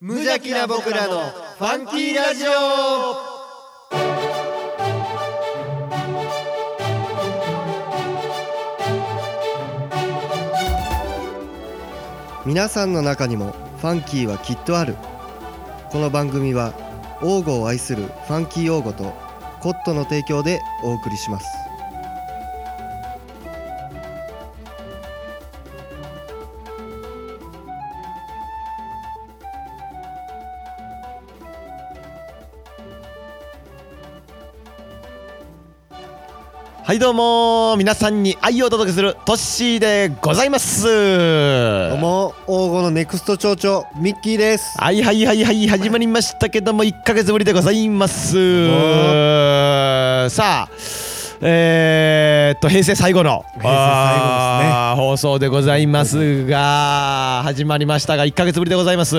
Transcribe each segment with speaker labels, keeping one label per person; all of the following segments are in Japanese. Speaker 1: 無邪気な僕らのファンキーラジオ皆さんの中にもファンキーはきっとあるこの番組は王語を愛するファンキー王語とコットの提供でお送りします
Speaker 2: はいどうも皆さんに愛をお届けするトッシーでございます
Speaker 1: どうも王語のネクスト町長ミッキーです
Speaker 2: はいはいはいはい始まりましたけども1ヶ月ぶりでございます
Speaker 1: どう
Speaker 2: さあえー、っと平成最後の
Speaker 1: 平成最後ですね
Speaker 2: あー放送でございますが始まりましたが1ヶ月ぶりでございます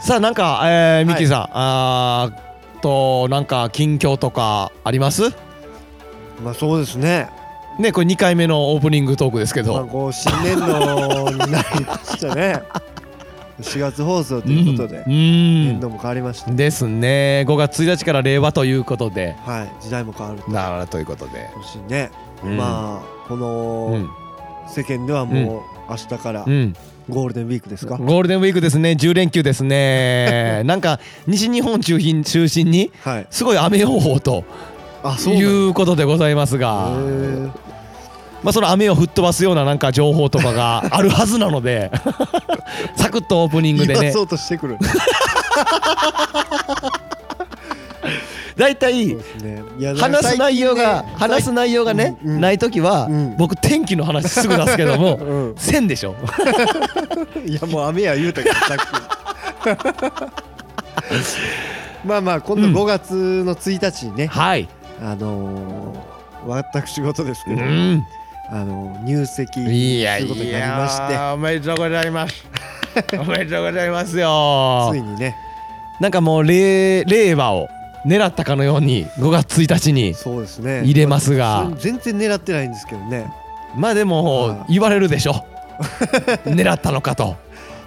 Speaker 2: さあなんか、えー、ミッキーさん、あーっとなんか近況とかあります
Speaker 1: まあそうですね
Speaker 2: ねこれ2回目のオープニングトークですけど、
Speaker 1: まあこう新年度になりました ね4月放送ということで、
Speaker 2: うん
Speaker 1: 年度も変わりました、
Speaker 2: ですね5月1日から令和ということで
Speaker 1: はい時代も変わると
Speaker 2: なるということで
Speaker 1: 欲しいね、
Speaker 2: うん
Speaker 1: まあこ
Speaker 2: う
Speaker 1: の
Speaker 2: ん、
Speaker 1: 世間ではもう明日から
Speaker 2: うん、
Speaker 1: ゴールデンウィークですか、
Speaker 2: ゴールデンウィークですね10連休で すねなんか西日本中心中心に
Speaker 1: はい
Speaker 2: すごい雨予報と
Speaker 1: あそう
Speaker 2: い
Speaker 1: なん
Speaker 2: うことでございますが
Speaker 1: だへー
Speaker 2: まあその雨を吹っ飛ばすようななんか情報とかがあるはずな のでサクッとオープニング
Speaker 1: 言
Speaker 2: で
Speaker 1: わ
Speaker 2: ね
Speaker 1: そうとしてく る
Speaker 2: 大体
Speaker 1: そうですねいや
Speaker 2: 話す内容
Speaker 1: 最
Speaker 2: が、
Speaker 1: 近ね
Speaker 2: 話す内容がね、
Speaker 1: うんうん
Speaker 2: ない時は、
Speaker 1: うん
Speaker 2: 僕天気の話すぐ出すけども、
Speaker 1: うん
Speaker 2: せんでしょ
Speaker 1: いやもう雨や言うたけどさっ きまあまあ今度5月の1日にね、
Speaker 2: はい、
Speaker 1: あのー、私事です
Speaker 2: う
Speaker 1: けど、
Speaker 2: ん、
Speaker 1: あのー入籍する
Speaker 2: いや
Speaker 1: ことに
Speaker 2: い
Speaker 1: なりまして
Speaker 2: やおめでとうございます おめでとうございますよ
Speaker 1: ついにね
Speaker 2: なんかもう令令和を狙ったかのように5月1日に
Speaker 1: そうですね
Speaker 2: 入れますが
Speaker 1: それ全然狙ってないんですけどね
Speaker 2: まあでも
Speaker 1: はい
Speaker 2: 言われる でしょ狙ったのかと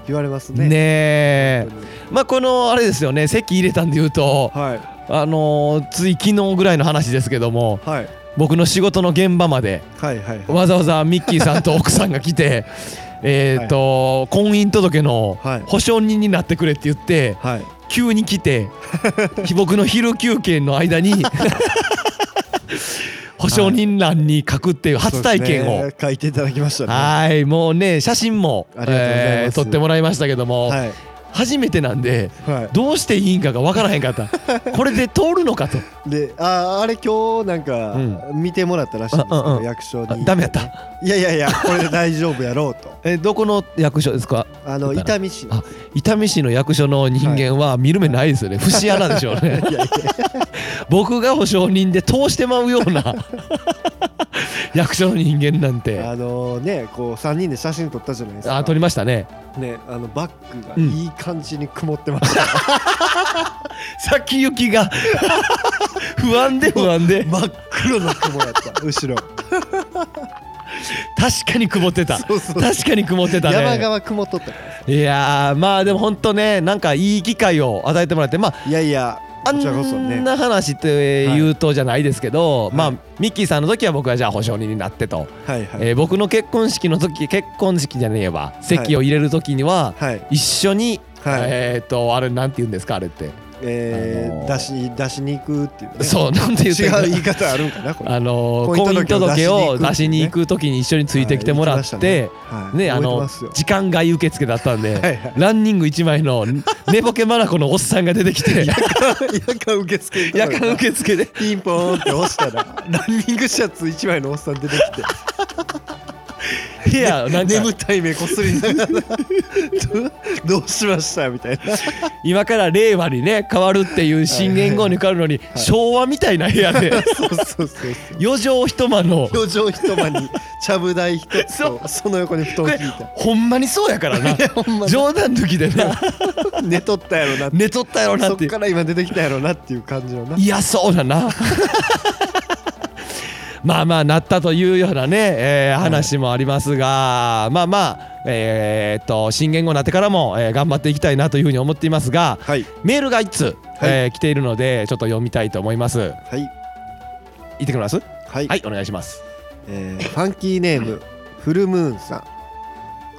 Speaker 1: 言われますね
Speaker 2: ねえまあこのあれですよね席入れたんで言うと
Speaker 1: はい
Speaker 2: あのーつい昨日ぐらいの話ですけども
Speaker 1: はい
Speaker 2: 僕の仕事の現場まで
Speaker 1: はいはいはい
Speaker 2: わざわざミッキーさんと奥さんが来てえっと婚姻届の
Speaker 1: はい
Speaker 2: 保証人になってくれって言って
Speaker 1: はい
Speaker 2: 急に来 て僕の昼休憩の間に保証人欄に書くっていう初体験
Speaker 1: そう
Speaker 2: を
Speaker 1: ですね書いていただきましたね
Speaker 2: はいもうね写真も
Speaker 1: ありがとうございます
Speaker 2: えー撮ってもらいましたけども
Speaker 1: はい
Speaker 2: 初めてなんで
Speaker 1: は
Speaker 2: どうしていいんかが分からへんかったこれで通るのかと
Speaker 1: いでああれ今日なんか
Speaker 2: う
Speaker 1: 見てもらったらしいんですけ
Speaker 2: うん
Speaker 1: ど
Speaker 2: うんうん
Speaker 1: 役所
Speaker 2: あ
Speaker 1: に
Speaker 2: ダメやった
Speaker 1: いやいやいやこれで大丈夫やろうと
Speaker 2: えどこの役所ですか
Speaker 1: あ の
Speaker 2: だった
Speaker 1: 伊丹市の
Speaker 2: あ伊丹市の役所の人間は見る目ないですよ ね節穴でしょうね
Speaker 1: いやい
Speaker 2: 僕が保証人で通してまうよ うな役所の人間なんて
Speaker 1: やあのねこう3人で写真撮ったじゃないですか
Speaker 2: あ撮りましたね
Speaker 1: ね、あのバッグが
Speaker 2: うん
Speaker 1: いい感じに曇ってま した、
Speaker 2: 先行きが 不安で不 安で
Speaker 1: 真っ黒の雲だった 後ろ
Speaker 2: 確かに曇ってた
Speaker 1: そう そう
Speaker 2: 確かに曇ってた
Speaker 1: 山
Speaker 2: ね
Speaker 1: 側雲とったから
Speaker 2: いやーまあでも本当ねなんかいい機会を与えてもらってまあ
Speaker 1: いやいや
Speaker 2: あ
Speaker 1: こちらこそ
Speaker 2: ん
Speaker 1: ね
Speaker 2: な話って言うとじゃないですけど、
Speaker 1: い
Speaker 2: まあ
Speaker 1: はい
Speaker 2: ミッキーさんの時は僕はじゃあ保証人になってと、
Speaker 1: はいはい、
Speaker 2: えー僕の結婚式の時結婚式じゃねえわ席を入れる時には
Speaker 1: はい
Speaker 2: 一緒に、
Speaker 1: はい
Speaker 2: えっ、とあれなんて言うんですかあれって、
Speaker 1: えー
Speaker 2: あのー
Speaker 1: 出し出しに行くっていう、ね、
Speaker 2: そうなんて言っ て
Speaker 1: 違
Speaker 2: んだ
Speaker 1: う言い方あるんかなこれ
Speaker 2: あのー、
Speaker 1: 婚
Speaker 2: 婚
Speaker 1: 姻
Speaker 2: 姻
Speaker 1: 届
Speaker 2: 届
Speaker 1: を
Speaker 2: を
Speaker 1: 出
Speaker 2: 出
Speaker 1: し
Speaker 2: し
Speaker 1: に
Speaker 2: に
Speaker 1: 行
Speaker 2: 行く時に一緒についてきてもらって、
Speaker 1: は
Speaker 2: ね
Speaker 1: い
Speaker 2: あ
Speaker 1: 覚えて
Speaker 2: の
Speaker 1: ますよ
Speaker 2: 時間外受付だったんで、
Speaker 1: はいはい
Speaker 2: ランニング1枚の寝ぼけ眼のおっさんが出てき て
Speaker 1: 夜間受付行った
Speaker 2: 夜
Speaker 1: のに
Speaker 2: 間受付で
Speaker 1: ピンポーンって押 したらランニングシャツ1枚のおっさん出てきて
Speaker 2: 部屋なんか
Speaker 1: 眠たい目こすりながら どどうしましたみたいな
Speaker 2: 今から令和にね変わるっていう新元号に変わるのに
Speaker 1: い
Speaker 2: 昭和みたいな部屋で
Speaker 1: そうそうそうそう
Speaker 2: 4畳一間の
Speaker 1: 余剰一晩にちゃぶ台一つとその横に布団を
Speaker 2: こ
Speaker 1: 引
Speaker 2: れ
Speaker 1: いた
Speaker 2: ほんまにそうやからな
Speaker 1: ほんまに
Speaker 2: 冗談抜きでな
Speaker 1: 寝とったやろなって
Speaker 2: 寝とったやろな
Speaker 1: そ
Speaker 2: っ
Speaker 1: って
Speaker 2: いう
Speaker 1: から今出てきたやろなっていう感じのな
Speaker 2: 嫌そうだなまあまあなったというようなね、えー話もありますが、まあまあえーっと新言語になってからも、えー頑張っていきたいなというふうに思っていますが
Speaker 1: はい
Speaker 2: メールが一通、えー来ているのでちょっと読みたいと思います
Speaker 1: はい
Speaker 2: 言ってくれます
Speaker 1: はい、
Speaker 2: はいお願いします
Speaker 1: えーファンキーネームフルムーンさん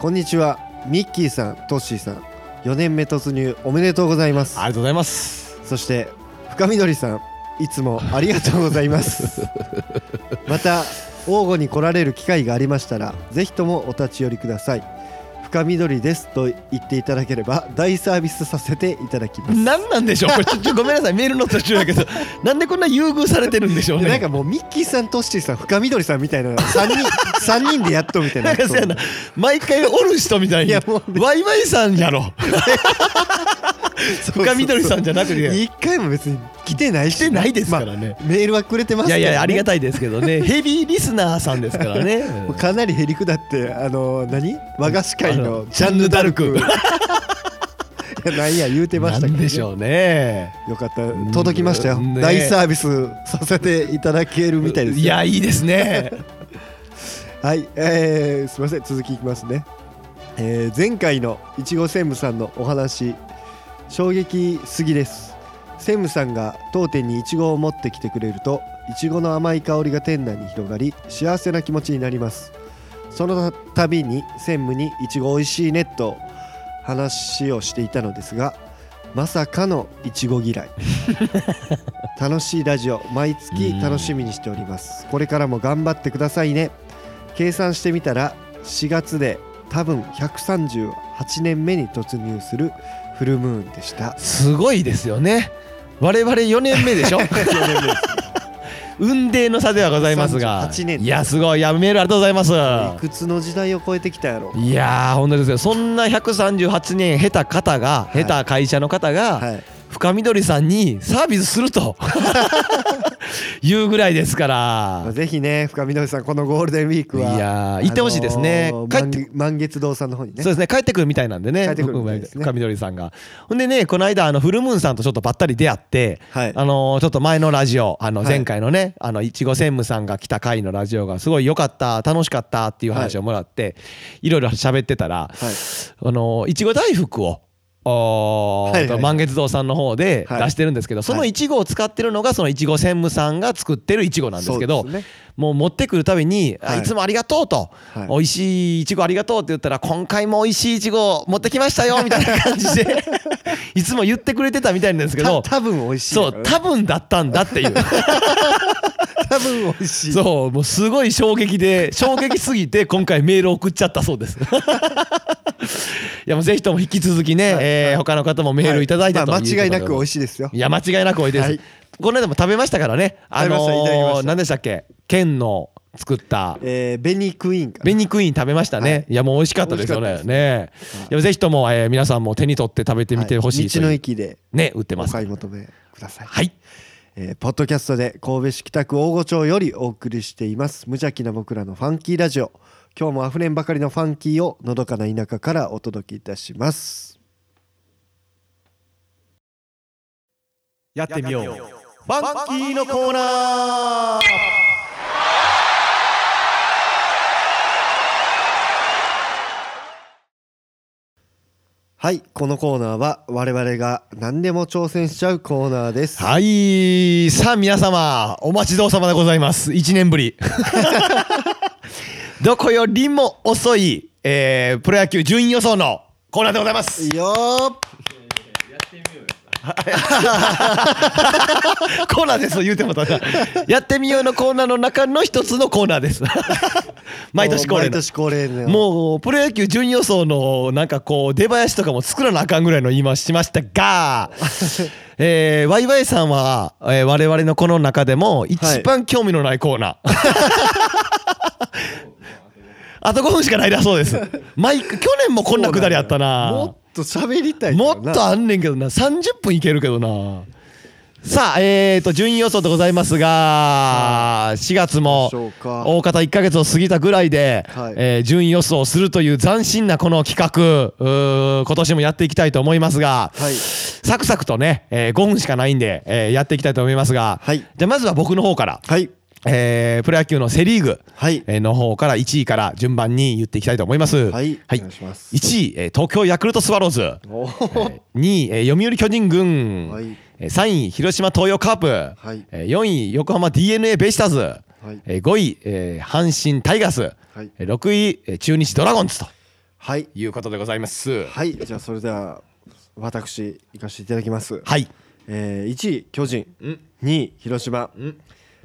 Speaker 1: こんにちはミッキーさんトッシーさん4年目突入おめでとうございます
Speaker 2: ありがとうございます
Speaker 1: そして深緑さんいつもありがとうございます また王吾に来られる機会がありましたらぜひともお立ち寄りください深緑ですと言っていただければ大サービスさせていただきます
Speaker 2: 何なんでしょうこれちょちょごめんなさいメールの途中だ けどなんでこんな優遇されてるんでしょう
Speaker 1: で
Speaker 2: ね
Speaker 1: なんかもうミッキーさんトッシーさん深緑さんみたいな3人 三人でやっとみたいな
Speaker 2: なんかそうやな毎回おる人みたい
Speaker 1: い
Speaker 2: に
Speaker 1: やもうね
Speaker 2: ワイワイさんやろ
Speaker 1: そう
Speaker 2: 深緑さんじゃなくて
Speaker 1: 一回も別に来てないし
Speaker 2: 来てないですからね、
Speaker 1: まあメールはくれてます
Speaker 2: い
Speaker 1: け
Speaker 2: や
Speaker 1: ど
Speaker 2: いやありが
Speaker 1: た
Speaker 2: たいですけどね ヘビーリスナーさんですからねうん
Speaker 1: かなりへりくだってあの何和菓子界
Speaker 2: あ
Speaker 1: の
Speaker 2: の
Speaker 1: ジャンヌ・ダル クいやなんや言うてま
Speaker 2: な
Speaker 1: したけ
Speaker 2: ん
Speaker 1: ど、ね、
Speaker 2: でしょうね
Speaker 1: よかった届きましたよ、
Speaker 2: うんね
Speaker 1: 大サービスさせていただけるみたいですよ
Speaker 2: いやいいですね
Speaker 1: はい、えー、すみません続きいきますね、えー前回のいちご専務さんのお話衝撃すぎです専務さんが当店にいちごを持ってきてくれるといちごの甘い香りが店内に広がり幸せな気持ちになりますその度に専務にいちごおいしいねと話をしていたのですがまさかのいちご嫌い楽しいラジオ毎月楽しみにしておりますこれからも頑張ってくださいね計算してみたら4月で多分138年目に突入するフルムーンでした
Speaker 2: すごいですよね我々4年目で しょ運命の差ではございますが
Speaker 1: 38年
Speaker 2: いやすごいいやメールありがとうございます
Speaker 1: いくつの時代を超えてきたやろ
Speaker 2: いやー本当ですよそんな138年経た方が、
Speaker 1: い
Speaker 2: 経た会社の方が、
Speaker 1: はい
Speaker 2: 深緑さんにサービスす るというぐらいですか
Speaker 1: まあ
Speaker 2: ら
Speaker 1: ぜひね深緑さんこのゴールデンウィーク
Speaker 2: い
Speaker 1: は
Speaker 2: やー行ってほしいですね、
Speaker 1: あのー
Speaker 2: 帰って
Speaker 1: 満満月堂さんの方にね
Speaker 2: そうですね帰ってくるみたいなんでね
Speaker 1: 帰ってくるみたいですね
Speaker 2: 僕も深緑さんがほんでねこの間あのフルムーンさんとちょっとばったり出会って、
Speaker 1: はい
Speaker 2: あのーちょっと前のラジオあの
Speaker 1: はい
Speaker 2: 前回のね、あのいちご専務さんが来た回のラジオがすごい良かった楽しかったっていう話をもらって、い、ろいろ喋ってたら、
Speaker 1: はい
Speaker 2: あのいちご大福を。おー
Speaker 1: はいはい
Speaker 2: 満月堂さんの方で
Speaker 1: はい
Speaker 2: 出してるんですけど、そのいちごを使ってるのがそのいちご専務さんが作ってるいちごなんですけ
Speaker 1: そ
Speaker 2: ど
Speaker 1: うですね
Speaker 2: もう持ってくるたびに、あ
Speaker 1: はい
Speaker 2: い、つもありがとうと、
Speaker 1: はい
Speaker 2: 美味しいいちごありがとうって言ったら今回も美味しいいちご持ってきました よみたいな感じでいつも言ってくれてたみたいなんですけど
Speaker 1: た多分美味しい
Speaker 2: そ
Speaker 1: だから
Speaker 2: う
Speaker 1: ね
Speaker 2: 多分だったんだっていう
Speaker 1: 多分美味しい
Speaker 2: そうもうすごい衝撃で衝撃すぎて今回メール送っちゃったそ うですいやもうぜひとも引き続きね、
Speaker 1: はい
Speaker 2: えー他の方もメールいただいて
Speaker 1: は
Speaker 2: と
Speaker 1: まあ間違いなく美味
Speaker 2: し
Speaker 1: しいですよ
Speaker 2: いや間違いなく多いです、
Speaker 1: はい
Speaker 2: この間も食べましたからねあの
Speaker 1: 食べましたいただきまし
Speaker 2: ー、
Speaker 1: た
Speaker 2: 何でしたっけ県の作った
Speaker 1: えーベニクイーンかな
Speaker 2: ベニクイーン食べましたね、、
Speaker 1: はい
Speaker 2: やもう美味しかったですよ
Speaker 1: 美
Speaker 2: ね
Speaker 1: 味しかった
Speaker 2: ね
Speaker 1: はい
Speaker 2: でもぜひとも、えー皆さんも手に取って食べてみてほしい
Speaker 1: は
Speaker 2: と
Speaker 1: 道
Speaker 2: いう、
Speaker 1: の駅で
Speaker 2: ね売ってま
Speaker 1: お
Speaker 2: すは
Speaker 1: 買
Speaker 2: い
Speaker 1: い求めくださいえーポッドキャストで神戸市北区大御町よりお送りしています無邪気な僕らのファンキーラジオ今日もあふれんばかりのファンキーをのどかな田舎からお届けいたします
Speaker 2: やってみようファンキーのコーナー
Speaker 1: はいこのコーナーは我々が何でも挑戦しちゃうコーナーです
Speaker 2: はいさあ皆様お待ちどうさまでございます1年ぶり どこよりも遅い、えープロ野球順位予想のコーナーでございます
Speaker 1: いいよー
Speaker 2: コーナーです言うてもただやってみようのコーナーの中の一つのコーナーです毎年恒例
Speaker 1: 毎
Speaker 2: の
Speaker 1: 年恒例の
Speaker 2: もうプロ野球順位予想のなんかこう出囃子とかも作らなあかんぐらいの言い回ししました がえーワイワイさんは、えー我々のこの中でも一番興味のないコーナー、 あと5分しかないだそう です毎去年もこんなくだりあったな
Speaker 1: もっと喋りたいけ
Speaker 2: も
Speaker 1: ど
Speaker 2: っ
Speaker 1: な
Speaker 2: とあんねんけどな30分いけるけどなさあえー、と順位予想でございますが4月も
Speaker 1: どうでしょうか
Speaker 2: 大方1ヶ月を過ぎたぐらいで、
Speaker 1: はい
Speaker 2: えー順位予想をするという斬新なこの企画うー今年もやっていきたいと思いますが、
Speaker 1: はい
Speaker 2: サクサクとね、え5分しかないんで、えーやっていきたいと思いますが、
Speaker 1: はい
Speaker 2: じゃあまずは僕の方から
Speaker 1: はい
Speaker 2: えープロ野球のセ・リーグ
Speaker 1: はい
Speaker 2: えーの方から1位から順番に言っていきたいと思います。
Speaker 1: はい
Speaker 2: は
Speaker 1: お
Speaker 2: い
Speaker 1: 願いします
Speaker 2: 1位、えー東京ヤクルトスワローズ。
Speaker 1: おー
Speaker 2: 2位、えー読売巨人軍。
Speaker 1: はい
Speaker 2: えー3位、広島東洋カープ。
Speaker 1: はい
Speaker 2: えー4位、横浜 d n a ベイスターズ。
Speaker 1: はい
Speaker 2: えー5位、えー阪神タイガース。
Speaker 1: はい
Speaker 2: えー6位、えー中日ドラゴンズと
Speaker 1: はい
Speaker 2: いうことでございます。
Speaker 1: はいじゃあそれでは私行かせていただきます
Speaker 2: はい。
Speaker 1: えー1位巨人
Speaker 2: うん
Speaker 1: 2位広島
Speaker 2: ん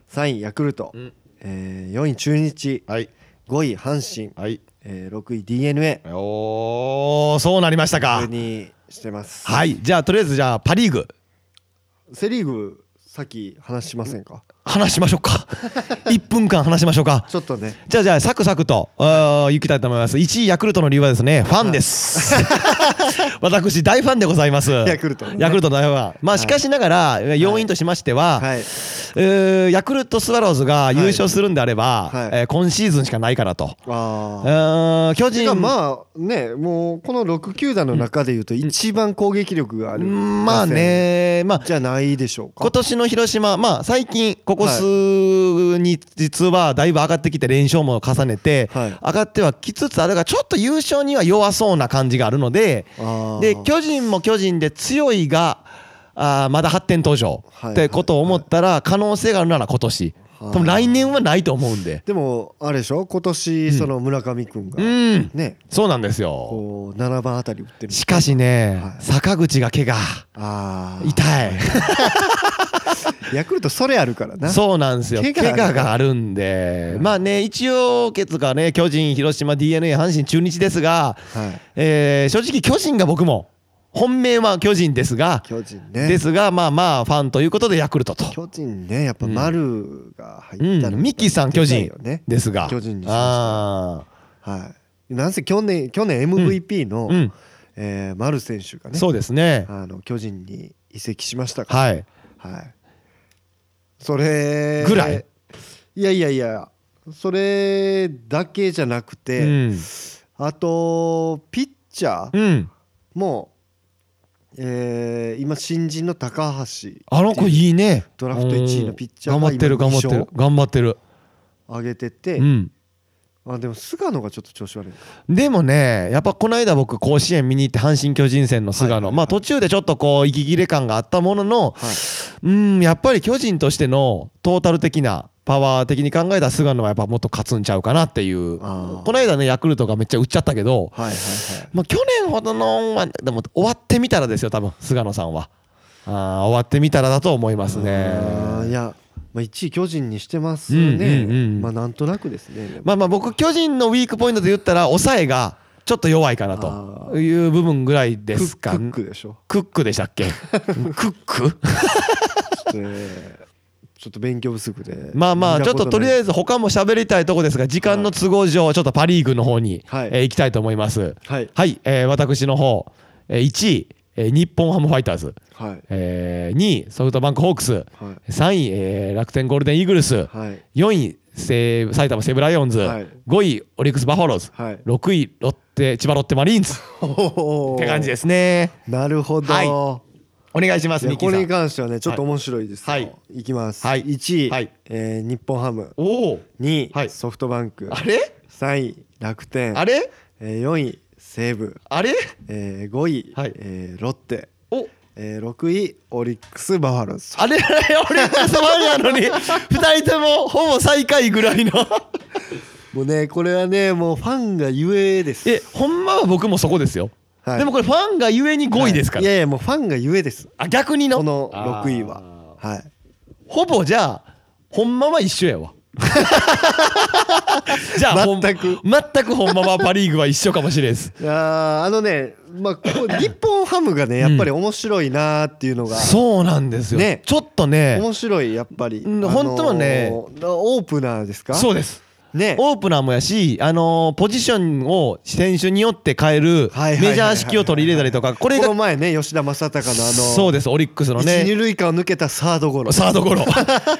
Speaker 1: 3位ヤクルト
Speaker 2: ん
Speaker 1: えー4位中日
Speaker 2: はい。
Speaker 1: 5位阪神
Speaker 2: はい。
Speaker 1: えー6位 d n a
Speaker 2: おー、そうなりました
Speaker 1: これ
Speaker 2: か。
Speaker 1: にしてます
Speaker 2: はい。じゃあ、とりあえず、じゃあ、パ・リーグ、
Speaker 1: セ・リーグさっき話しませんか
Speaker 2: 話しましょ うか。1分間話しましょうか。
Speaker 1: ちょっとね
Speaker 2: じゃあじゃあサクサクとあー行きたいと思います1位ヤクルトの理由はですねファンです 私大ファンでございますヤ
Speaker 1: クルトのね
Speaker 2: ヤクルトの大ファンまあしかしながらえー要因としましては、
Speaker 1: はい
Speaker 2: えーヤクルトスワローズが優勝するんであれば、
Speaker 1: はい
Speaker 2: えー今シーズンしかないかなと、
Speaker 1: あ
Speaker 2: う
Speaker 1: あ
Speaker 2: ーん巨
Speaker 1: て
Speaker 2: 人
Speaker 1: かまあねもうこの6球団の中でいうと一番攻撃力がある
Speaker 2: うんまあねまあ
Speaker 1: 打線じゃないでしょうか
Speaker 2: 今年の広島、まあ、最近、こ
Speaker 1: は
Speaker 2: こ
Speaker 1: い
Speaker 2: 数日はだいぶ上がってきて、連勝も重ねて、
Speaker 1: はい
Speaker 2: 上がってはきつつあるが、ちょっと優勝には弱そうな感じがあるので、
Speaker 1: あー
Speaker 2: で巨人も巨人で強いがあーまだ発展途上
Speaker 1: はい
Speaker 2: ってことを思ったら可能性があるなら今年
Speaker 1: はい
Speaker 2: 多分来年はないと思うんで
Speaker 1: でもあれでしょ今年その村上君が
Speaker 2: うん
Speaker 1: ね
Speaker 2: そうなんですよ
Speaker 1: こう7番あたり打ってる
Speaker 2: しかしね
Speaker 1: はい
Speaker 2: 坂口が怪我
Speaker 1: ああ
Speaker 2: 痛
Speaker 1: ヤクルトそれあるから
Speaker 2: い
Speaker 1: な
Speaker 2: そうなんですよ
Speaker 1: 怪
Speaker 2: 怪
Speaker 1: 我がある
Speaker 2: 我があるんでまあね一応決がね巨人広島 d n a 阪神中日ですが
Speaker 1: はい
Speaker 2: えー正直巨人が僕も本命は巨人ですが
Speaker 1: 巨人ね
Speaker 2: ですがまあまあファンということでヤクルトと
Speaker 1: 巨人ねやっぱ丸が入った
Speaker 2: う
Speaker 1: の
Speaker 2: ん、ミッキーさん、巨人
Speaker 1: ね
Speaker 2: ですが、
Speaker 1: 巨人にしました
Speaker 2: あ
Speaker 1: はいなんせ去年去年 MVP の、
Speaker 2: ーうん、
Speaker 1: えー丸選手がね
Speaker 2: そうですね、
Speaker 1: あの巨人に移籍しましたから
Speaker 2: はい、
Speaker 1: はい。それ
Speaker 2: ぐらい。
Speaker 1: いやいやいや、それだけじゃなく
Speaker 2: う
Speaker 1: て、
Speaker 2: ん、
Speaker 1: あとピッチャー
Speaker 2: うん、
Speaker 1: も、えー今新人の高橋
Speaker 2: あの子いいね、
Speaker 1: ドラフト1位のピッチャー
Speaker 2: うん
Speaker 1: が
Speaker 2: 頑張ってる、
Speaker 1: 今
Speaker 2: 頑張って
Speaker 1: 二
Speaker 2: る
Speaker 1: 勝、
Speaker 2: 頑張ってる、
Speaker 1: 上げてて、
Speaker 2: うん。
Speaker 1: あでも菅野がちょっと調子悪い。
Speaker 2: でもね、やっぱこの間僕甲子園見に行って阪神巨人戦の菅野、
Speaker 1: はいはいはい
Speaker 2: まあ途中でちょっとこう息切れ感があったものの、
Speaker 1: は
Speaker 2: うんやっぱり巨人としてのトータル的なパワー的に考えた菅野はやっぱもっと勝つんちゃうかなっていう。
Speaker 1: あー
Speaker 2: この間ねヤクルトがめっちゃ打っちゃったけど、
Speaker 1: はいはいはい。
Speaker 2: まあ、去年ほどのはでも終わってみたらですよ多分菅野さんはあー終わってみたらだと思いますね
Speaker 1: あーいや、まあ1位巨人にしてます
Speaker 2: うん
Speaker 1: ね。
Speaker 2: うんうん
Speaker 1: まあなんとなくですね。でも
Speaker 2: まあまあ僕巨人のウィークポイントで言ったら抑えがちょっと弱いかな
Speaker 1: あ
Speaker 2: という部分ぐらいで
Speaker 1: クッ
Speaker 2: す
Speaker 1: ク
Speaker 2: か
Speaker 1: ックでしょ。
Speaker 2: クックでしたっ けクック
Speaker 1: ちょっとね ちょっと勉強不足で。
Speaker 2: まあまあちょっととりあえず他も喋りたいとこですが時間の都合上ちょっとパ・リーグの方に、
Speaker 1: はい
Speaker 2: えー行きたいと思います
Speaker 1: はい
Speaker 2: はい、えー私の方、え1位、えー日本ハムファイターズ、
Speaker 1: はい
Speaker 2: え2位ソフトバンクホークス、
Speaker 1: は
Speaker 2: 3位、えー楽天ゴールデンイーグルス、
Speaker 1: いはい
Speaker 2: 4位西埼玉西武ライオンズ、
Speaker 1: はい
Speaker 2: 5位オリックスバファローズ、
Speaker 1: はい
Speaker 2: 6位ロッテ千葉ロッテマリーンズ
Speaker 1: おー
Speaker 2: って感じですね
Speaker 1: なるほど、
Speaker 2: はい
Speaker 1: い
Speaker 2: お願いします
Speaker 1: や
Speaker 2: ミッキ
Speaker 1: これに
Speaker 2: ーさん
Speaker 1: 関してはねちょっと面白いですよ、
Speaker 2: はいい、
Speaker 1: きます、
Speaker 2: はい
Speaker 1: 1位、
Speaker 2: はい
Speaker 1: えー日本ハム
Speaker 2: おお
Speaker 1: 2位、
Speaker 2: はい
Speaker 1: ソフトバンク
Speaker 2: あれ
Speaker 1: 3位楽天
Speaker 2: あれ
Speaker 1: えー4位西武、
Speaker 2: あれ
Speaker 1: えー5位、
Speaker 2: はい
Speaker 1: えーロッテ、
Speaker 2: お
Speaker 1: えー6位オリックスバファローズ
Speaker 2: あれ俺がそばにあるの に2人ともほぼ最下位ぐらいの
Speaker 1: もうねこれはねもうファンがゆえです
Speaker 2: えほんまは僕もそこですよ、
Speaker 1: はい
Speaker 2: でもこれファンがゆえに5位ですから、
Speaker 1: いやいやもうファンがゆえです
Speaker 2: あ逆にの
Speaker 1: この6位ははい
Speaker 2: ほぼじゃあほんまは一緒 やわじゃあほん
Speaker 1: 全く
Speaker 2: 全くほんまはパ・リーグは一緒かもしれんです
Speaker 1: いやーあのね、まあ、こう日本ハムがねやっぱり面白いなーっていうのが、
Speaker 2: そうなんですよ、
Speaker 1: ね
Speaker 2: ちょっとね
Speaker 1: 面白いやっぱり、
Speaker 2: うん本当はね
Speaker 1: オープナーですか
Speaker 2: そうです
Speaker 1: ね
Speaker 2: オープナーもやし、あのーポジションを選手によって変える
Speaker 1: はいはいはいはい
Speaker 2: メジャー式を取り入れたりとかこ
Speaker 1: こ
Speaker 2: れ
Speaker 1: の
Speaker 2: が
Speaker 1: 前ね吉田正尚のあの
Speaker 2: そうですオリックスの
Speaker 1: 一二
Speaker 2: ね
Speaker 1: 塁間を抜けたサードゴロ
Speaker 2: サードゴロ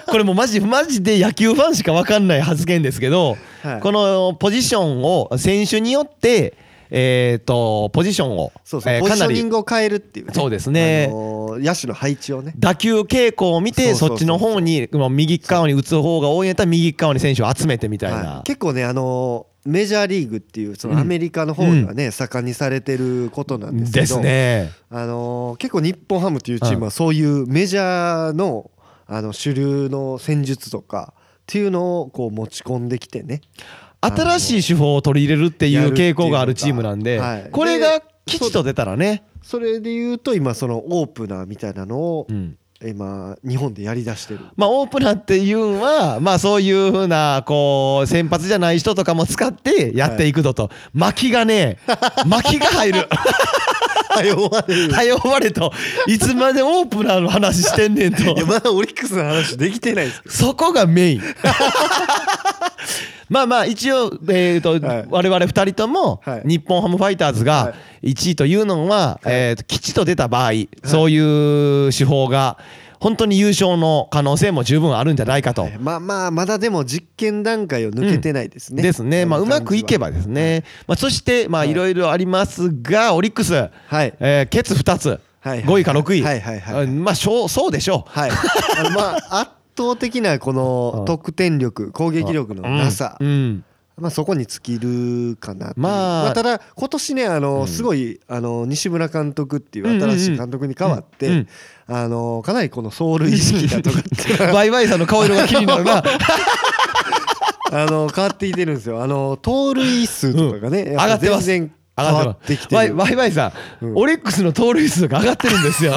Speaker 2: これもうマジマジで野球ファンしか分かんない発言ですけど、
Speaker 1: はい
Speaker 2: このポジションを選手によってえー、とポジションを
Speaker 1: そうそう、
Speaker 2: えー
Speaker 1: ポジ
Speaker 2: か
Speaker 1: シ
Speaker 2: な
Speaker 1: ョニ
Speaker 2: り
Speaker 1: ングを変えるっていう、
Speaker 2: そうですね
Speaker 1: あのーの野手の配置をね
Speaker 2: 打球傾向を見
Speaker 1: そう
Speaker 2: て
Speaker 1: そうそう
Speaker 2: そっちの方にもう右側に打つ方が多いんやったら右側に選手を集めてみたい
Speaker 1: は、
Speaker 2: ない
Speaker 1: 結構ねあのメジャーリーグっていうそ
Speaker 2: うん
Speaker 1: のアメリカの方ではね、盛んにされてることなんですけど
Speaker 2: ですね
Speaker 1: あの結構日本ハムというチームはそういうメジャーのあの主流の戦術とかっていうのをこう持ち込んできてね
Speaker 2: 新しい手法を取り入れるっていう傾向があるチームなんで、
Speaker 1: やるっていうのがはい
Speaker 2: これが吉と出たらね、
Speaker 1: それで言うと今そのオープナーみたいなのを
Speaker 2: うん
Speaker 1: 今日本でやりだしてる
Speaker 2: まあ、オープナーっていうんは、まあ、そういうふうなこう先発じゃない人とかも使ってやっていくぞと、巻きがね 巻きが入る 早終われといつまでオープナーの話してんねん と
Speaker 1: いやまだオリックスの話できてないですけ
Speaker 2: そこが メイン。まあまあ一応、えーと
Speaker 1: はい
Speaker 2: 我々2人とも
Speaker 1: はい
Speaker 2: 日本ハムファイターズ
Speaker 1: は
Speaker 2: が1位というのは、えーと吉と出た場合、そういう手法が本当に優勝の可能性も十分あるんじゃないかと。
Speaker 1: どねまあまあまだでも実験段階を抜けてないですね、
Speaker 2: ですね、まあ、うまくいけばですね、まあ、そしてまあ
Speaker 1: はい
Speaker 2: いろいろありますが、オリックス、
Speaker 1: はい
Speaker 2: えーケツ2つ、
Speaker 1: はい
Speaker 2: 5位か6位、
Speaker 1: はいはいはいはい
Speaker 2: うんまあしょうそうでしょう、
Speaker 1: はい あのまあ圧倒的なこ
Speaker 2: う
Speaker 1: の
Speaker 2: ん
Speaker 1: 得点力攻撃力のなさ、
Speaker 2: うんうん
Speaker 1: まあ、そこに尽きるかなという
Speaker 2: まあ
Speaker 1: ただ今年ねあの、すごいあの西村監督っていう新しい監督に代わって、
Speaker 2: うんうん
Speaker 1: あのかなりこの走塁意識だとかっていうのが
Speaker 2: バイバイさんの顔色が気になる な。
Speaker 1: あの変わってきてるんですよあの盗塁数とかがね、やぱ全然変わってきて
Speaker 2: ワ
Speaker 1: る
Speaker 2: イワイワイさん、
Speaker 1: うん
Speaker 2: オリックスの盗塁数が上がってる んですよ。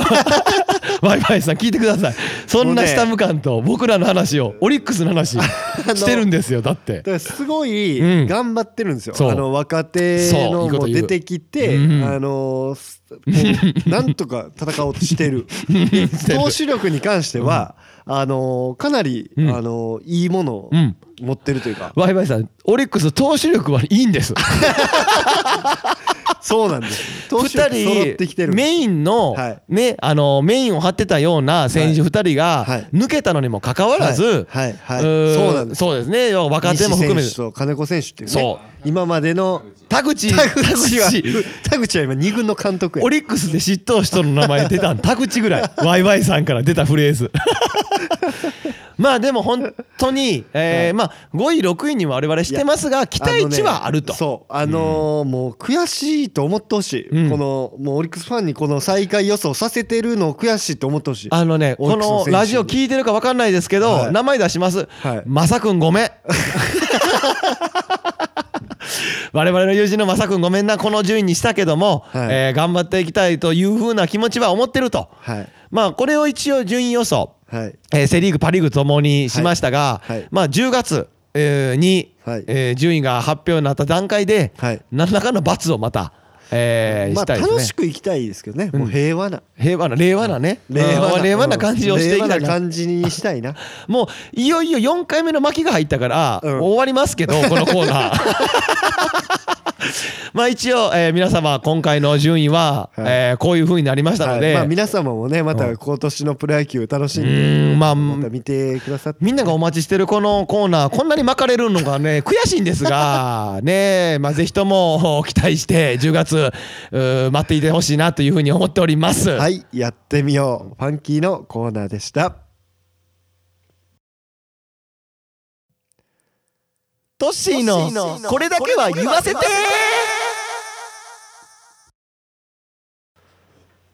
Speaker 2: ワイワイさん聞いてください。そんな下向かんと僕らの話をオリックスの話してるんですよ。だって
Speaker 1: だからすごい
Speaker 2: うん
Speaker 1: 頑張ってるんですよ、
Speaker 2: そう
Speaker 1: あの若手
Speaker 2: そうい
Speaker 1: の
Speaker 2: いこと
Speaker 1: も
Speaker 2: 言う
Speaker 1: 出てきて、
Speaker 2: うん
Speaker 1: あのすこうなんとか戦おうとして るで投手力に関しては、あのかなり、
Speaker 2: うん
Speaker 1: あのいいものを
Speaker 2: うん
Speaker 1: 持ってるというか、
Speaker 2: ワイワイさん、オリックス投手力はいいんです。
Speaker 1: そうなんです投手力揃って
Speaker 2: 2
Speaker 1: きて
Speaker 2: 人
Speaker 1: る
Speaker 2: メインの、
Speaker 1: はい
Speaker 2: ねあのメインを張ってたような選手2人が
Speaker 1: はい
Speaker 2: 抜けたのにもかかわらず、
Speaker 1: はいはいはい
Speaker 2: ー
Speaker 1: そうなんです
Speaker 2: そうですね要は若手
Speaker 1: 西
Speaker 2: も含
Speaker 1: 選
Speaker 2: め
Speaker 1: 手
Speaker 2: て
Speaker 1: と金子選手っていうね
Speaker 2: そ
Speaker 1: 今までの
Speaker 2: 田口
Speaker 1: 田口は
Speaker 2: 田口
Speaker 1: 田口は今2軍の監督や
Speaker 2: オリックスで嫉妬人の名前 出たん田口ぐらいワイワイさんから出たフレーズ まあでも本当に、えーまあ、5位6位には我々してますが期待値はあると
Speaker 1: のねそうあのーもう悔しいと思ってほしい、
Speaker 2: うん
Speaker 1: このもうオリックスファンにこの最下位予想させてるのを悔しいと思ってほしい
Speaker 2: あのね
Speaker 1: オリ
Speaker 2: こ
Speaker 1: ックス
Speaker 2: の
Speaker 1: 選手
Speaker 2: ラジオ聞いてるか分かんないですけど、
Speaker 1: はい
Speaker 2: 名前出します、
Speaker 1: はい
Speaker 2: まさくんごめ ん我々の友人のまさくんごめんなこの順位にしたけども、
Speaker 1: はい
Speaker 2: えー頑張っていきたいというふうな気持ちは思ってると、
Speaker 1: はい
Speaker 2: まあこれを一応順位予想
Speaker 1: はい
Speaker 2: えーセ・リーグ、パ・リーグともにしましたが、
Speaker 1: はいはい
Speaker 2: まあ、10月、えーに、
Speaker 1: はい
Speaker 2: えー順位が発表になった段階で、
Speaker 1: はい
Speaker 2: 何らかの罰をまた、えー
Speaker 1: ま
Speaker 2: し
Speaker 1: あ
Speaker 2: たいですね。
Speaker 1: 楽しくいきたいですけどね、もう平和な
Speaker 2: 平和な令和なね、うん令和な感じをしていきた
Speaker 1: うん
Speaker 2: い
Speaker 1: 令和な
Speaker 2: な
Speaker 1: 感じにした いな
Speaker 2: もういよいよ4回目の巻きが入ったから、
Speaker 1: うん
Speaker 2: 終わりますけ どこのコーナーまあ一応、えー皆様今回の順位は、
Speaker 1: はい
Speaker 2: えーこういうふうになりましたので、
Speaker 1: はいまあ、皆様もねまた今年のプロ野球楽しん
Speaker 2: うー
Speaker 1: で
Speaker 2: んまあ
Speaker 1: また見てくださって
Speaker 2: みんながお待ちしてるこのコーナーこんなに巻かれるのがね 悔しいんです がねえまあぜひとも期待して10月うー待っていてほしいなというふうに思っております。
Speaker 1: はいやってみようファンキーのコーナーでした
Speaker 2: トッシーのこれだけは言わせて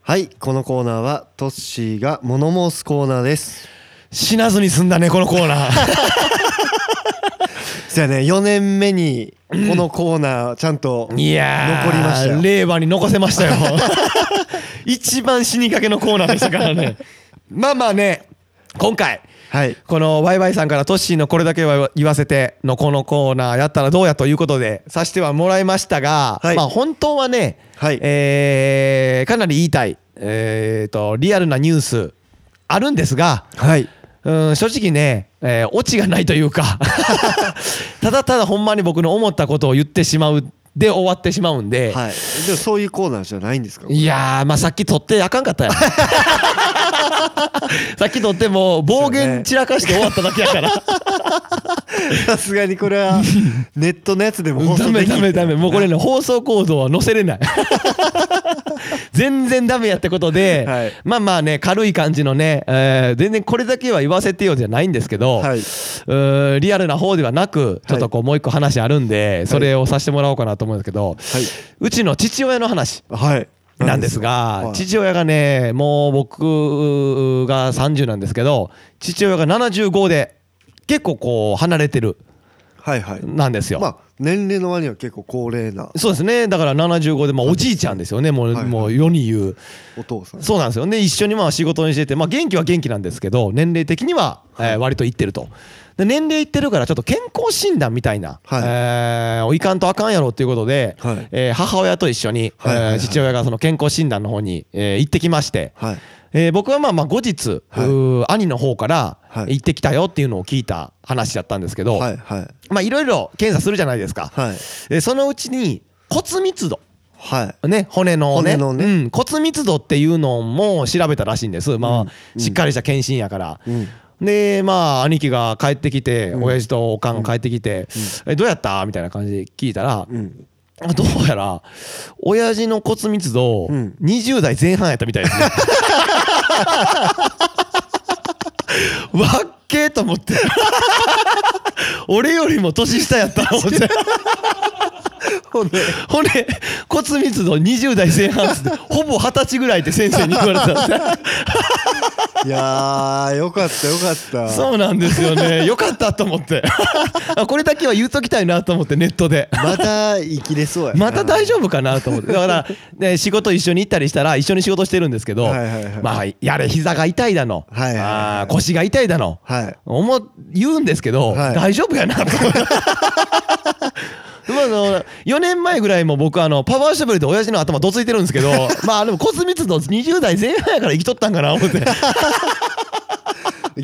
Speaker 1: はいこのコーナーはトッシーが物申すコーナーです
Speaker 2: 死なずに済んだねこのコーナー
Speaker 1: じゃあね4年目 にこのコーナーちゃんと、
Speaker 2: いやー
Speaker 1: 残りましたよ
Speaker 2: 令和に残せましたよ 一番死にかけのコーナーでしたか らねまあまあね今回
Speaker 1: はい
Speaker 2: このワイワイさんからトッシーのこれだけは言わせてのこのコーナーやったらどうやということでさしてはもらいましたが、
Speaker 1: はい
Speaker 2: まあ本当はね、
Speaker 1: はい
Speaker 2: えーかなり言いたい、えーとリアルなニュースあるんですが、
Speaker 1: はい
Speaker 2: うん、正直ね、えーオチがないとい うかただただほんまに僕の思ったことを言ってしまうで終わってしまうんで、
Speaker 1: はいでもそういうコーナーじゃないんですか
Speaker 2: いやー、まあ、さっき取ってあかん かったよ。さっき取ってもう暴言散らかして終わっただけやから。
Speaker 1: さすがにこれ はネットのやつでも放
Speaker 2: ダ
Speaker 1: 送
Speaker 2: メ
Speaker 1: でき
Speaker 2: ダメダメもうこれね放送コードは載せれない全然ダメやってことで、
Speaker 1: はい
Speaker 2: まあまあね軽い感じのね、えー全然これだけは言わせてよじゃないんですけど、
Speaker 1: はいう
Speaker 2: ーリアルな方ではなくちょっとこうもう一個話あるんで、それをさせてもらおうかなと思うんですけど、うちの父親の話
Speaker 1: はい
Speaker 2: なんですが、
Speaker 1: はい
Speaker 2: 父親がねもう僕が30なんですけど父親が75で結構こう離れてる
Speaker 1: はいはい
Speaker 2: なんですよ。
Speaker 1: まあ年齢の割には結構高齢な
Speaker 2: そうですねだから75で、まあ、おじいちゃんですよねもう,、
Speaker 1: はいはい
Speaker 2: もう世に言う
Speaker 1: お父さん
Speaker 2: そうなんですよね一緒にまあ仕事にしてて、まあ、元気は元気なんですけど年齢的には、えー割といってるとで年齢いってるからちょっと健康診断みたいな、
Speaker 1: はい
Speaker 2: えーおいかんとあかんやろっていうことで、
Speaker 1: はい
Speaker 2: えー母親と一緒に、
Speaker 1: はいはいはい
Speaker 2: えー父親がその健康診断の方に、えー行ってきまして、
Speaker 1: はい
Speaker 2: えー僕はまあまあ後日、
Speaker 1: はいう
Speaker 2: ー兄の方から
Speaker 1: はい
Speaker 2: 行ってきたよっていうのを聞いた話だったんですけど、
Speaker 1: はいはい
Speaker 2: まあいろいろ検査するじゃないですか、
Speaker 1: はい
Speaker 2: えーそのうちに骨密度
Speaker 1: はい
Speaker 2: ね、骨のね
Speaker 1: 骨のね
Speaker 2: うん、骨密度っていうのも調べたらしいんです、まあ
Speaker 1: うん
Speaker 2: しっかりした検診やから。
Speaker 1: うん
Speaker 2: でまあ兄貴が帰ってきて、
Speaker 1: うん
Speaker 2: 親父とおかんが帰ってきて「えどうやった?」みたいな感じで聞いたら、
Speaker 1: うん
Speaker 2: あどうやら親父の骨密度、
Speaker 1: うん
Speaker 2: 20代前半やったみたいで すね。わっけーと思って俺よりも年下やったと思って
Speaker 1: ほんで
Speaker 2: ほんで骨密度20代前半っつってほぼ二十歳ぐらいって先生に言われてたんで
Speaker 1: いやーよかったよかった
Speaker 2: そうなんです よねよかったと思ってあこれだけは言うときたいなと思ってネットで
Speaker 1: また生きれそうやな
Speaker 2: また大丈夫かなと思ってだから、ね、仕事一緒に行ったりしたら一緒に仕事してるんですけど、
Speaker 1: はいはいはい
Speaker 2: まあやれ膝が痛いだの、
Speaker 1: はいはいはい
Speaker 2: あー腰が痛いだの、
Speaker 1: はい
Speaker 2: 思う言うんですけど、
Speaker 1: はい
Speaker 2: 大丈夫やなと 思ってまああの4年前ぐらいも僕あのパワーシャベルで親父の頭どついてるんですけどまあでも骨密度20代前半やから生きとったんかな思って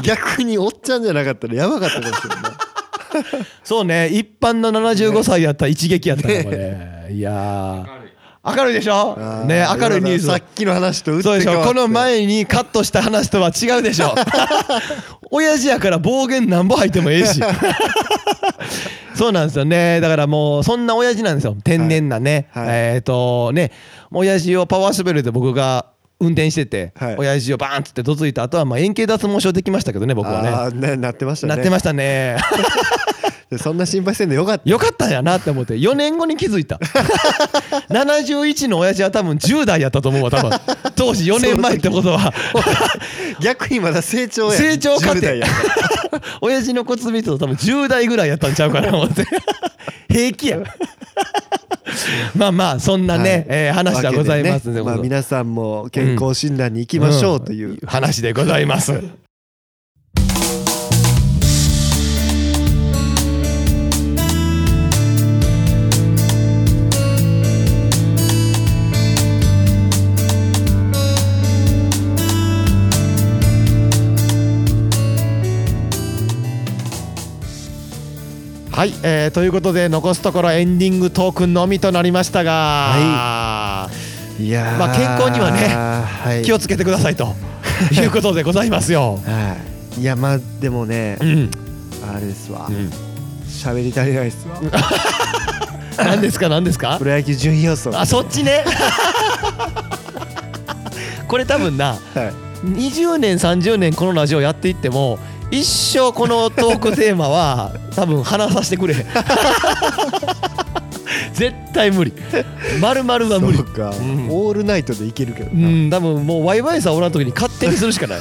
Speaker 1: 逆におっちゃんじゃなかったらやばかったかもしれない
Speaker 2: そうね一般の75歳やったら一撃やったねこれ いやー明るいでしょ
Speaker 1: あー
Speaker 2: ね明るいニュース
Speaker 1: さっきの話と打って
Speaker 2: そうでし
Speaker 1: 変
Speaker 2: ょ
Speaker 1: わって
Speaker 2: この前にカットした話とは違う でしょ親父やから暴言なんぼ入ってもえ えしそうなんですよねだからもうそんな親父なんですよ天然なね、
Speaker 1: はい
Speaker 2: えっ、とね親父をパワーショベルで僕が運転してて、
Speaker 1: はい
Speaker 2: 親父をバーンっつってどついた後はまあ円形脱毛症できましたけどね僕はね
Speaker 1: あーねなってましたね
Speaker 2: なってましたね
Speaker 1: でそんな心配せんでよかった
Speaker 2: よかったんやなって思って4年後に気づいた 71の親父は多分10代やったと思うわ多分当時4年前ってことは
Speaker 1: 逆にまだ成長や
Speaker 2: 成長過程
Speaker 1: 10代やか
Speaker 2: 親父の骨密度多分10代ぐらいやったんちゃうかな思って 平気やまあまあそんな
Speaker 1: ら
Speaker 2: ね、
Speaker 1: はい
Speaker 2: えー話がございます
Speaker 1: わけ
Speaker 2: ね
Speaker 1: でまあ皆さんも健康診断に行きましょうという、
Speaker 2: 話でございますはい、えーということで残すところエンディングトークのみとなりましたが、
Speaker 1: いやー
Speaker 2: まあ健康にはね
Speaker 1: はい
Speaker 2: 気をつけてくださいということでございますよ。
Speaker 1: はいいやまあでもね
Speaker 2: うん、
Speaker 1: あれですわ喋、り足りないですわ
Speaker 2: 何ですか何ですか
Speaker 1: プロ野球順位予想
Speaker 2: あそっちね これ多分な
Speaker 1: はい
Speaker 2: 20年30年このラジオやっていっても一生このトークテーマは多分話させてくれへん 絶対無理まるまるは無理
Speaker 1: そうか、
Speaker 2: ん
Speaker 1: オールナイトでいけるけど
Speaker 2: う
Speaker 1: な、
Speaker 2: ん多分もうワイワイさんおらん時に勝手にするし かない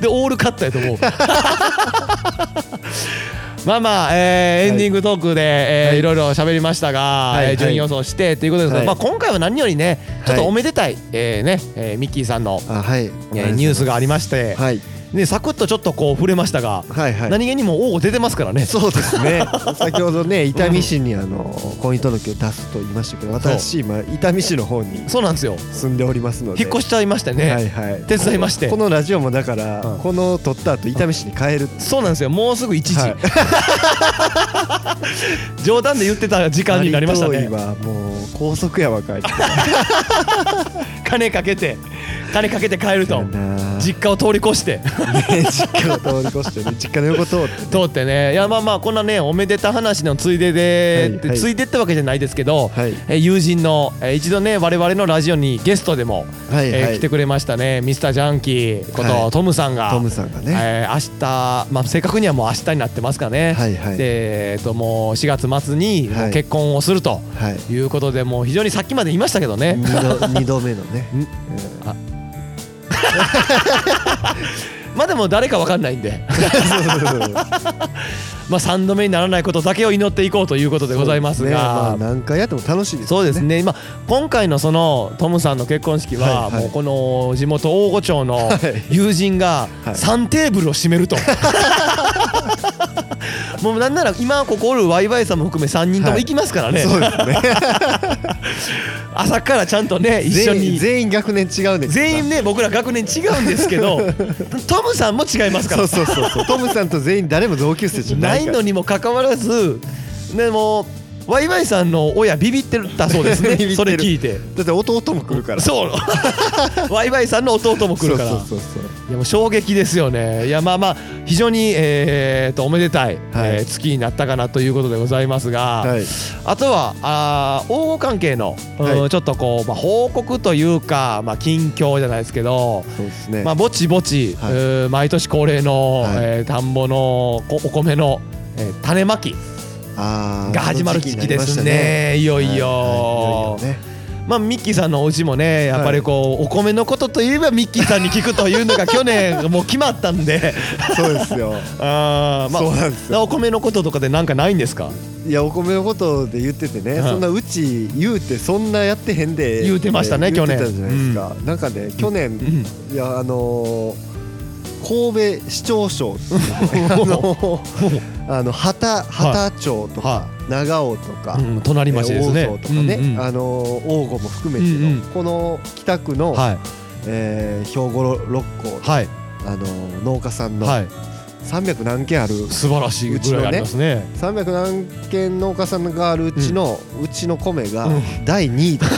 Speaker 2: でオール勝ったやと思う まあまあ、えーエンディングトークで、えーい、ろいろ喋りましたが、
Speaker 1: い
Speaker 2: えー順位予想してということですが、
Speaker 1: はい
Speaker 2: まあ、今回は何よりねちょっとおめでたい、えーねえーミッキーさんの、
Speaker 1: あはい、
Speaker 2: えーニュースがありまして、
Speaker 1: はい
Speaker 2: ね、サクッとちょっとこう触れましたが、
Speaker 1: はいはい
Speaker 2: 何気にも王出てますからね
Speaker 1: そうですね 先ほどね伊丹市にあの婚姻届を出すと言いましたけど私今伊丹市の方に
Speaker 2: そうなんですよ
Speaker 1: 住んでおりますので
Speaker 2: 引っ越しちゃいましてね、
Speaker 1: はいはい
Speaker 2: 手伝いまして
Speaker 1: このラジオもだから、
Speaker 2: うん
Speaker 1: この撮った後伊丹市に帰るって
Speaker 2: そうなんですよもうすぐ1時、
Speaker 1: はい
Speaker 2: 冗談で言ってた時間になりましたね
Speaker 1: 割と今もう高速やわかい
Speaker 2: 金かけて金かけて帰ると
Speaker 1: そうやな
Speaker 2: 実家を通り越 して
Speaker 1: ね実家を通り越し てね実家の横通って
Speaker 2: 通ってねいやまあまあこんなねおめでた話のついでで、
Speaker 1: はいはい
Speaker 2: ついでってわけじゃないですけど、
Speaker 1: はい
Speaker 2: えー友人の、えー一度ね我々のラジオにゲストでも、
Speaker 1: はい
Speaker 2: えー
Speaker 1: はい
Speaker 2: 来てくれましたねミスタージャンキーこと、
Speaker 1: はい
Speaker 2: トムさんが。
Speaker 1: トムさんがね
Speaker 2: えー明日、まあ、正確にはもう明日になってますかね、
Speaker 1: はいはい
Speaker 2: でえーともう4月末に
Speaker 1: はい
Speaker 2: 結婚をすると
Speaker 1: はい
Speaker 2: いうことで、もう非常にさっきまで言いましたけどね、
Speaker 1: 2度二度目の ね
Speaker 2: んまあでも誰か分かんないんで、 まあ、3度目にならないことだけを祈っていこうということでございますが、
Speaker 1: ねまあ何回やっても楽しいです
Speaker 2: そうですね今今回のそのトムさんの結婚式は、
Speaker 1: はいはい
Speaker 2: もうこの地元大御町の
Speaker 1: はい
Speaker 2: 友人が
Speaker 1: はい
Speaker 2: 3テーブルを占める と、もうなんなら今ここおるワイワイさんも含め3人とも
Speaker 1: はい
Speaker 2: 行きますからね、
Speaker 1: そうですね
Speaker 2: 朝からちゃんとね 一緒
Speaker 1: 全員
Speaker 2: に
Speaker 1: 全員学年違うね
Speaker 2: 全員ね僕ら学年違うんです けどトムさんも違いますか
Speaker 1: そ
Speaker 2: ら
Speaker 1: うそうそうそうトムさんと全員誰も同級生じゃな
Speaker 2: ないい
Speaker 1: から
Speaker 2: のにもかかわらずでもワイワイさんの親ビビってたそ うです
Speaker 1: ビビって
Speaker 2: ね
Speaker 1: る
Speaker 2: それ聞いて。
Speaker 1: だって弟も来るから
Speaker 2: そう ワイワイさんの弟も来るから
Speaker 1: そうそうそうそう
Speaker 2: いやもう衝撃ですよね。いやまあまあ非常にえー、とおめでたい、
Speaker 1: はい
Speaker 2: えー月になったかなということでございますが、
Speaker 1: はい
Speaker 2: あとはあー応募関係の、うん
Speaker 1: はい
Speaker 2: ちょっとこう、まあ、報告というか、まあ、近況じゃないですけど。
Speaker 1: そうですね
Speaker 2: まあ、ぼちぼち、
Speaker 1: はい
Speaker 2: えー毎年恒例の、
Speaker 1: はい
Speaker 2: えー田んぼのこお米の、えー種まき
Speaker 1: あー
Speaker 2: が始まる時期ですねい
Speaker 1: この時期になりましたね
Speaker 2: よいよ、
Speaker 1: はいはいいよいよね
Speaker 2: まあ、ミッキーさんのお家もねやっぱりこう、お米のことといえばミッキーさんに聞くという のが去年もう決まったんで
Speaker 1: そうですよ
Speaker 2: あー、 まあ、
Speaker 1: そうなんです
Speaker 2: お米のこととかでなんかないんですか
Speaker 1: いやお米のことで言っててね、
Speaker 2: うん
Speaker 1: そんなうち言うてそんなやってへんで
Speaker 2: 言うてましたね
Speaker 1: 言ってた
Speaker 2: 去年
Speaker 1: じゃないですか、なんかね去年、
Speaker 2: うん
Speaker 1: いやあのー神戸市長賞 っていうねあのあの畑畑町とか、
Speaker 2: は
Speaker 1: 長尾とか、
Speaker 2: うん、隣町ですね。
Speaker 1: えー大荘とかね、
Speaker 2: うんうん
Speaker 1: あのー王吾も含めての、
Speaker 2: うんうん
Speaker 1: この北区の、
Speaker 2: はい
Speaker 1: えー兵庫六甲の、
Speaker 2: はい
Speaker 1: あのー農家さんの
Speaker 2: はい
Speaker 1: 300何軒ある、
Speaker 2: 素晴らしいぐらいありますね。
Speaker 1: 300何軒農家さんがあるうちの、うちの米が
Speaker 2: うん
Speaker 1: 第2位とか、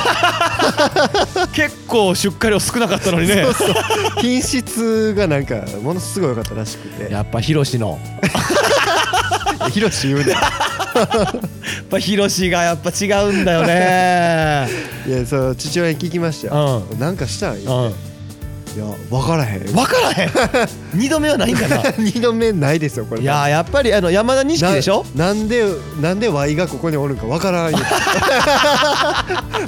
Speaker 2: 結構出荷量少なかったのにね。
Speaker 1: そうそう 品質がなんかものすごい良かったらしくて
Speaker 2: やっぱ広しの
Speaker 1: 広し言うね
Speaker 2: やっぱ広しがやっぱ違うんだよね。
Speaker 1: いやそう父親に聞きましたよ、なんかしたん
Speaker 2: う
Speaker 1: い
Speaker 2: ん
Speaker 1: や分からへん
Speaker 2: 分からへん。二度目はないんかな。
Speaker 1: 2度目ないですよこれ
Speaker 2: いやーやっぱりあの山
Speaker 1: な
Speaker 2: 田錦でしょ。
Speaker 1: なんでなんで Y がここにおるんか分からんよ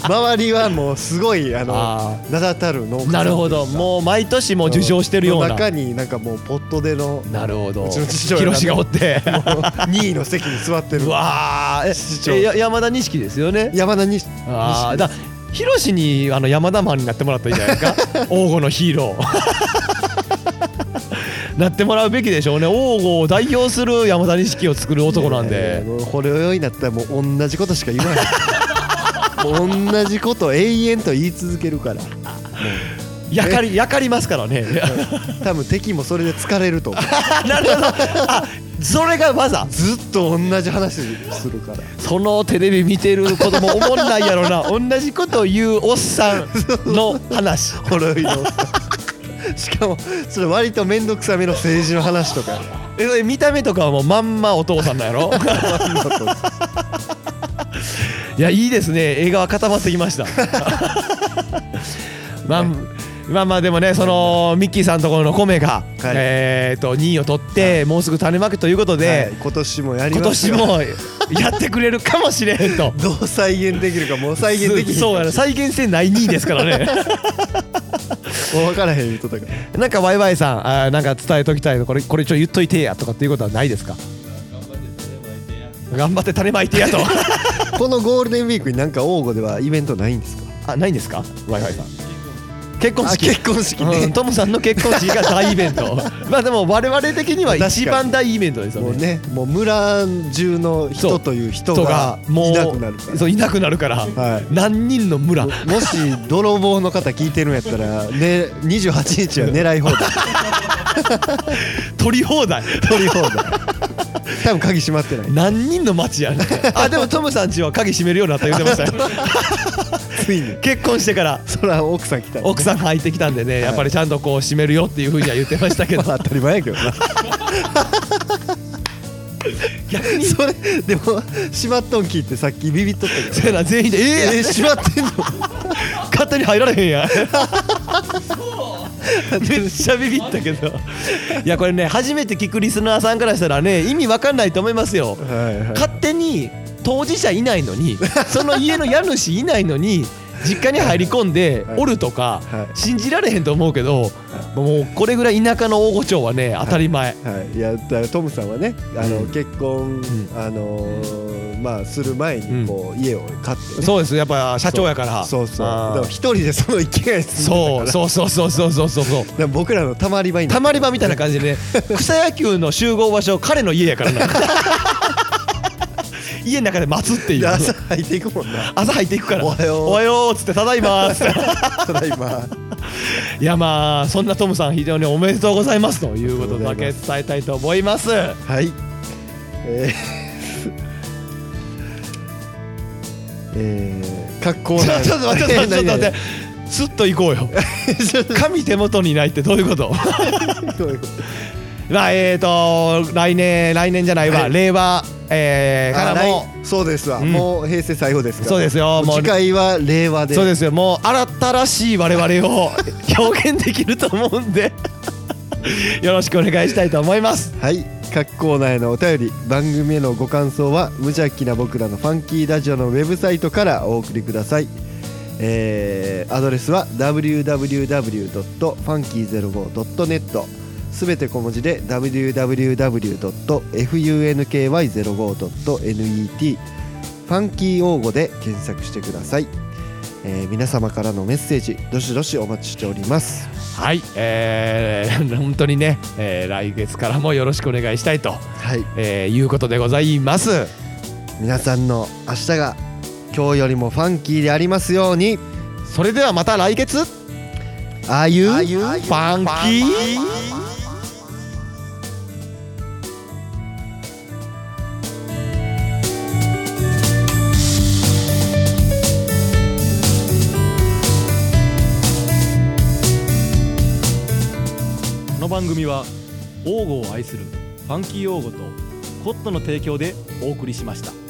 Speaker 1: 周りはもうすごいあの
Speaker 2: あ
Speaker 1: 名だたる農家さん
Speaker 2: なるほど
Speaker 1: う
Speaker 2: もう毎年もう受賞してるような。
Speaker 1: 中になんかもうポットでの
Speaker 2: なるほど。
Speaker 1: うちの父親が
Speaker 2: 広しがおって。
Speaker 1: 2位の席に座ってる
Speaker 2: うわ
Speaker 1: 市
Speaker 2: ー
Speaker 1: 長
Speaker 2: ええや山田錦ですよね。
Speaker 1: 山田に
Speaker 2: ああだヒロシにあの山田マンになってもらったらいいじゃないです か王吾のヒーロー なってもらうべきでしょうね王吾を代表する山田錦を作る男なんで、
Speaker 1: もうこれをよいなったらもう同じことしか言わ ないもう同じこと永遠と言い続けるから
Speaker 2: やかりやかりますからね
Speaker 1: 多分敵もそれで疲れると思う
Speaker 2: なるほど あそれが技
Speaker 1: ずっと同じ話するから
Speaker 2: そのテレビ見てる子供思んないやろ な同じこと言うおっさん の話
Speaker 1: ほろ酔いのしかもそれ割と面倒くさめの政治の話 とか
Speaker 2: えそれ見た目とかはもうまんまお父さんなんやろ いやいいですね映画は固まってきました まあ、まあまあでもねそのミッキーさんのところの米が、えー、と2位を取って、もうすぐ種まきということで、
Speaker 1: はい今年もやり
Speaker 2: 今
Speaker 1: ます
Speaker 2: 年
Speaker 1: よ
Speaker 2: もやってくれるかもしれん と
Speaker 1: どう再現できるかもう再現でき
Speaker 2: す
Speaker 1: ひん
Speaker 2: そうやな再現性ない2位ですからね
Speaker 1: もう分からへん言うことだから
Speaker 2: なんかワイワイさんあーなんか伝えときたいのこれこれちょ言っといてやとかっていうことはないですか頑張って種まいてやと
Speaker 1: このゴールデンウィークになんか王吾ではイベントないんですか
Speaker 2: あないんですかワイワイさん結婚
Speaker 1: あ
Speaker 2: 式
Speaker 1: 結婚式
Speaker 2: うん
Speaker 1: ね、
Speaker 2: トムさんの結婚式が大イベン トまあでも我々的には一番大イベントですよ
Speaker 1: もう
Speaker 2: ね
Speaker 1: ねもう村中の
Speaker 2: そ
Speaker 1: 人
Speaker 2: う
Speaker 1: という人
Speaker 2: 人
Speaker 1: が
Speaker 2: がもう
Speaker 1: いなくなるから
Speaker 2: そういなくなるから、
Speaker 1: はい
Speaker 2: 何人の村
Speaker 1: ももし泥棒の方聞いてるんやったら、ね、28日は狙い放題
Speaker 2: 取り放題
Speaker 1: 取り放題多分鍵閉まってない
Speaker 2: 何人の町やねんあでもトムさんちは鍵閉めるようになった言ってましたよ
Speaker 1: ついに
Speaker 2: 結婚してから
Speaker 1: そら奥さん来た
Speaker 2: 奥さんが入ってきたんでね、やっぱりちゃんとこう締めるよっていうふうには言ってましたけど
Speaker 1: まあ当たり前やけどな
Speaker 2: 逆に
Speaker 1: それでも閉まっとん聞いてさっきビビっとったけど
Speaker 2: そうやな全員で「え
Speaker 1: え
Speaker 2: え
Speaker 1: ー、閉まってんの
Speaker 2: 勝手に入られへんやん」めっちゃビビったけどいやこれね初めて聞くリスナーさんからしたらね意味わかんないと思いますよ
Speaker 1: はいはい
Speaker 2: 勝手に当事者いないのにその家の家主いないのに実家に入り込んで
Speaker 1: はい
Speaker 2: おるとか
Speaker 1: はい
Speaker 2: 信じられへんと思うけどもうこれぐらい田舎の大御町はね当たり前
Speaker 1: はい、いやだからトムさんはねあの、
Speaker 2: うん
Speaker 1: 結婚、
Speaker 2: ん
Speaker 1: あのーまあ、する前
Speaker 2: う
Speaker 1: に
Speaker 2: ん
Speaker 1: こう、家を買って、ね、
Speaker 2: そうですやっぱ社長やから
Speaker 1: そうそう
Speaker 2: あー
Speaker 1: だから一人でその一軒家に住
Speaker 2: そ
Speaker 1: ん
Speaker 2: う
Speaker 1: でたから
Speaker 2: そうそうそうそうそうそうそう
Speaker 1: だから僕らのたまり場にな
Speaker 2: たまり場みたいな感 じでね草野球の集合場所彼の家や からな家の中で待つっていう
Speaker 1: で朝入っていくもんな
Speaker 2: 朝入っていくから
Speaker 1: おはよう
Speaker 2: おはようっつってただいま ーっつって
Speaker 1: ただいま
Speaker 2: いやまあそんなトムさん非常におめでとうございますということだけ伝えたいと思います
Speaker 1: はいえーえー、格好
Speaker 2: ちょちょっと待ってちょっ と待ってちょっと待って
Speaker 1: て
Speaker 2: スッと行こうよ 神手元にいないってどういうこと
Speaker 1: どういうこと
Speaker 2: まあえーと来年来年じゃないわ、
Speaker 1: はい
Speaker 2: 令和、 えー
Speaker 1: あ
Speaker 2: からも
Speaker 1: 来そうですわ、
Speaker 2: うん
Speaker 1: もう平成最後ですから
Speaker 2: そうですよ
Speaker 1: もう次回は令和で
Speaker 2: そうですよもう新たらしい我々 を表現できると思うんで よろしくお願いしたいと思います
Speaker 1: はい各コーナーへのお便り番組へのご感想は無邪気な僕らのファンキーラジオのウェブサイトからお送りくださいえーアドレスは www.funky05.net すべて小文字で www.funky05.net ファンキー応募で検索してください、えー皆様からのメッセージどしどしお待ちしております
Speaker 2: はいえー、本当にね、えー来月からもよろしくお願いしたいと、
Speaker 1: はい
Speaker 2: えーいうことでございます
Speaker 1: 皆さんの明日が今日よりもファンキーでありますように
Speaker 2: それではまた来月
Speaker 1: ああいう
Speaker 2: ファンキーこの番組は王語を愛するファンキー王語とコットの提供でお送りしました。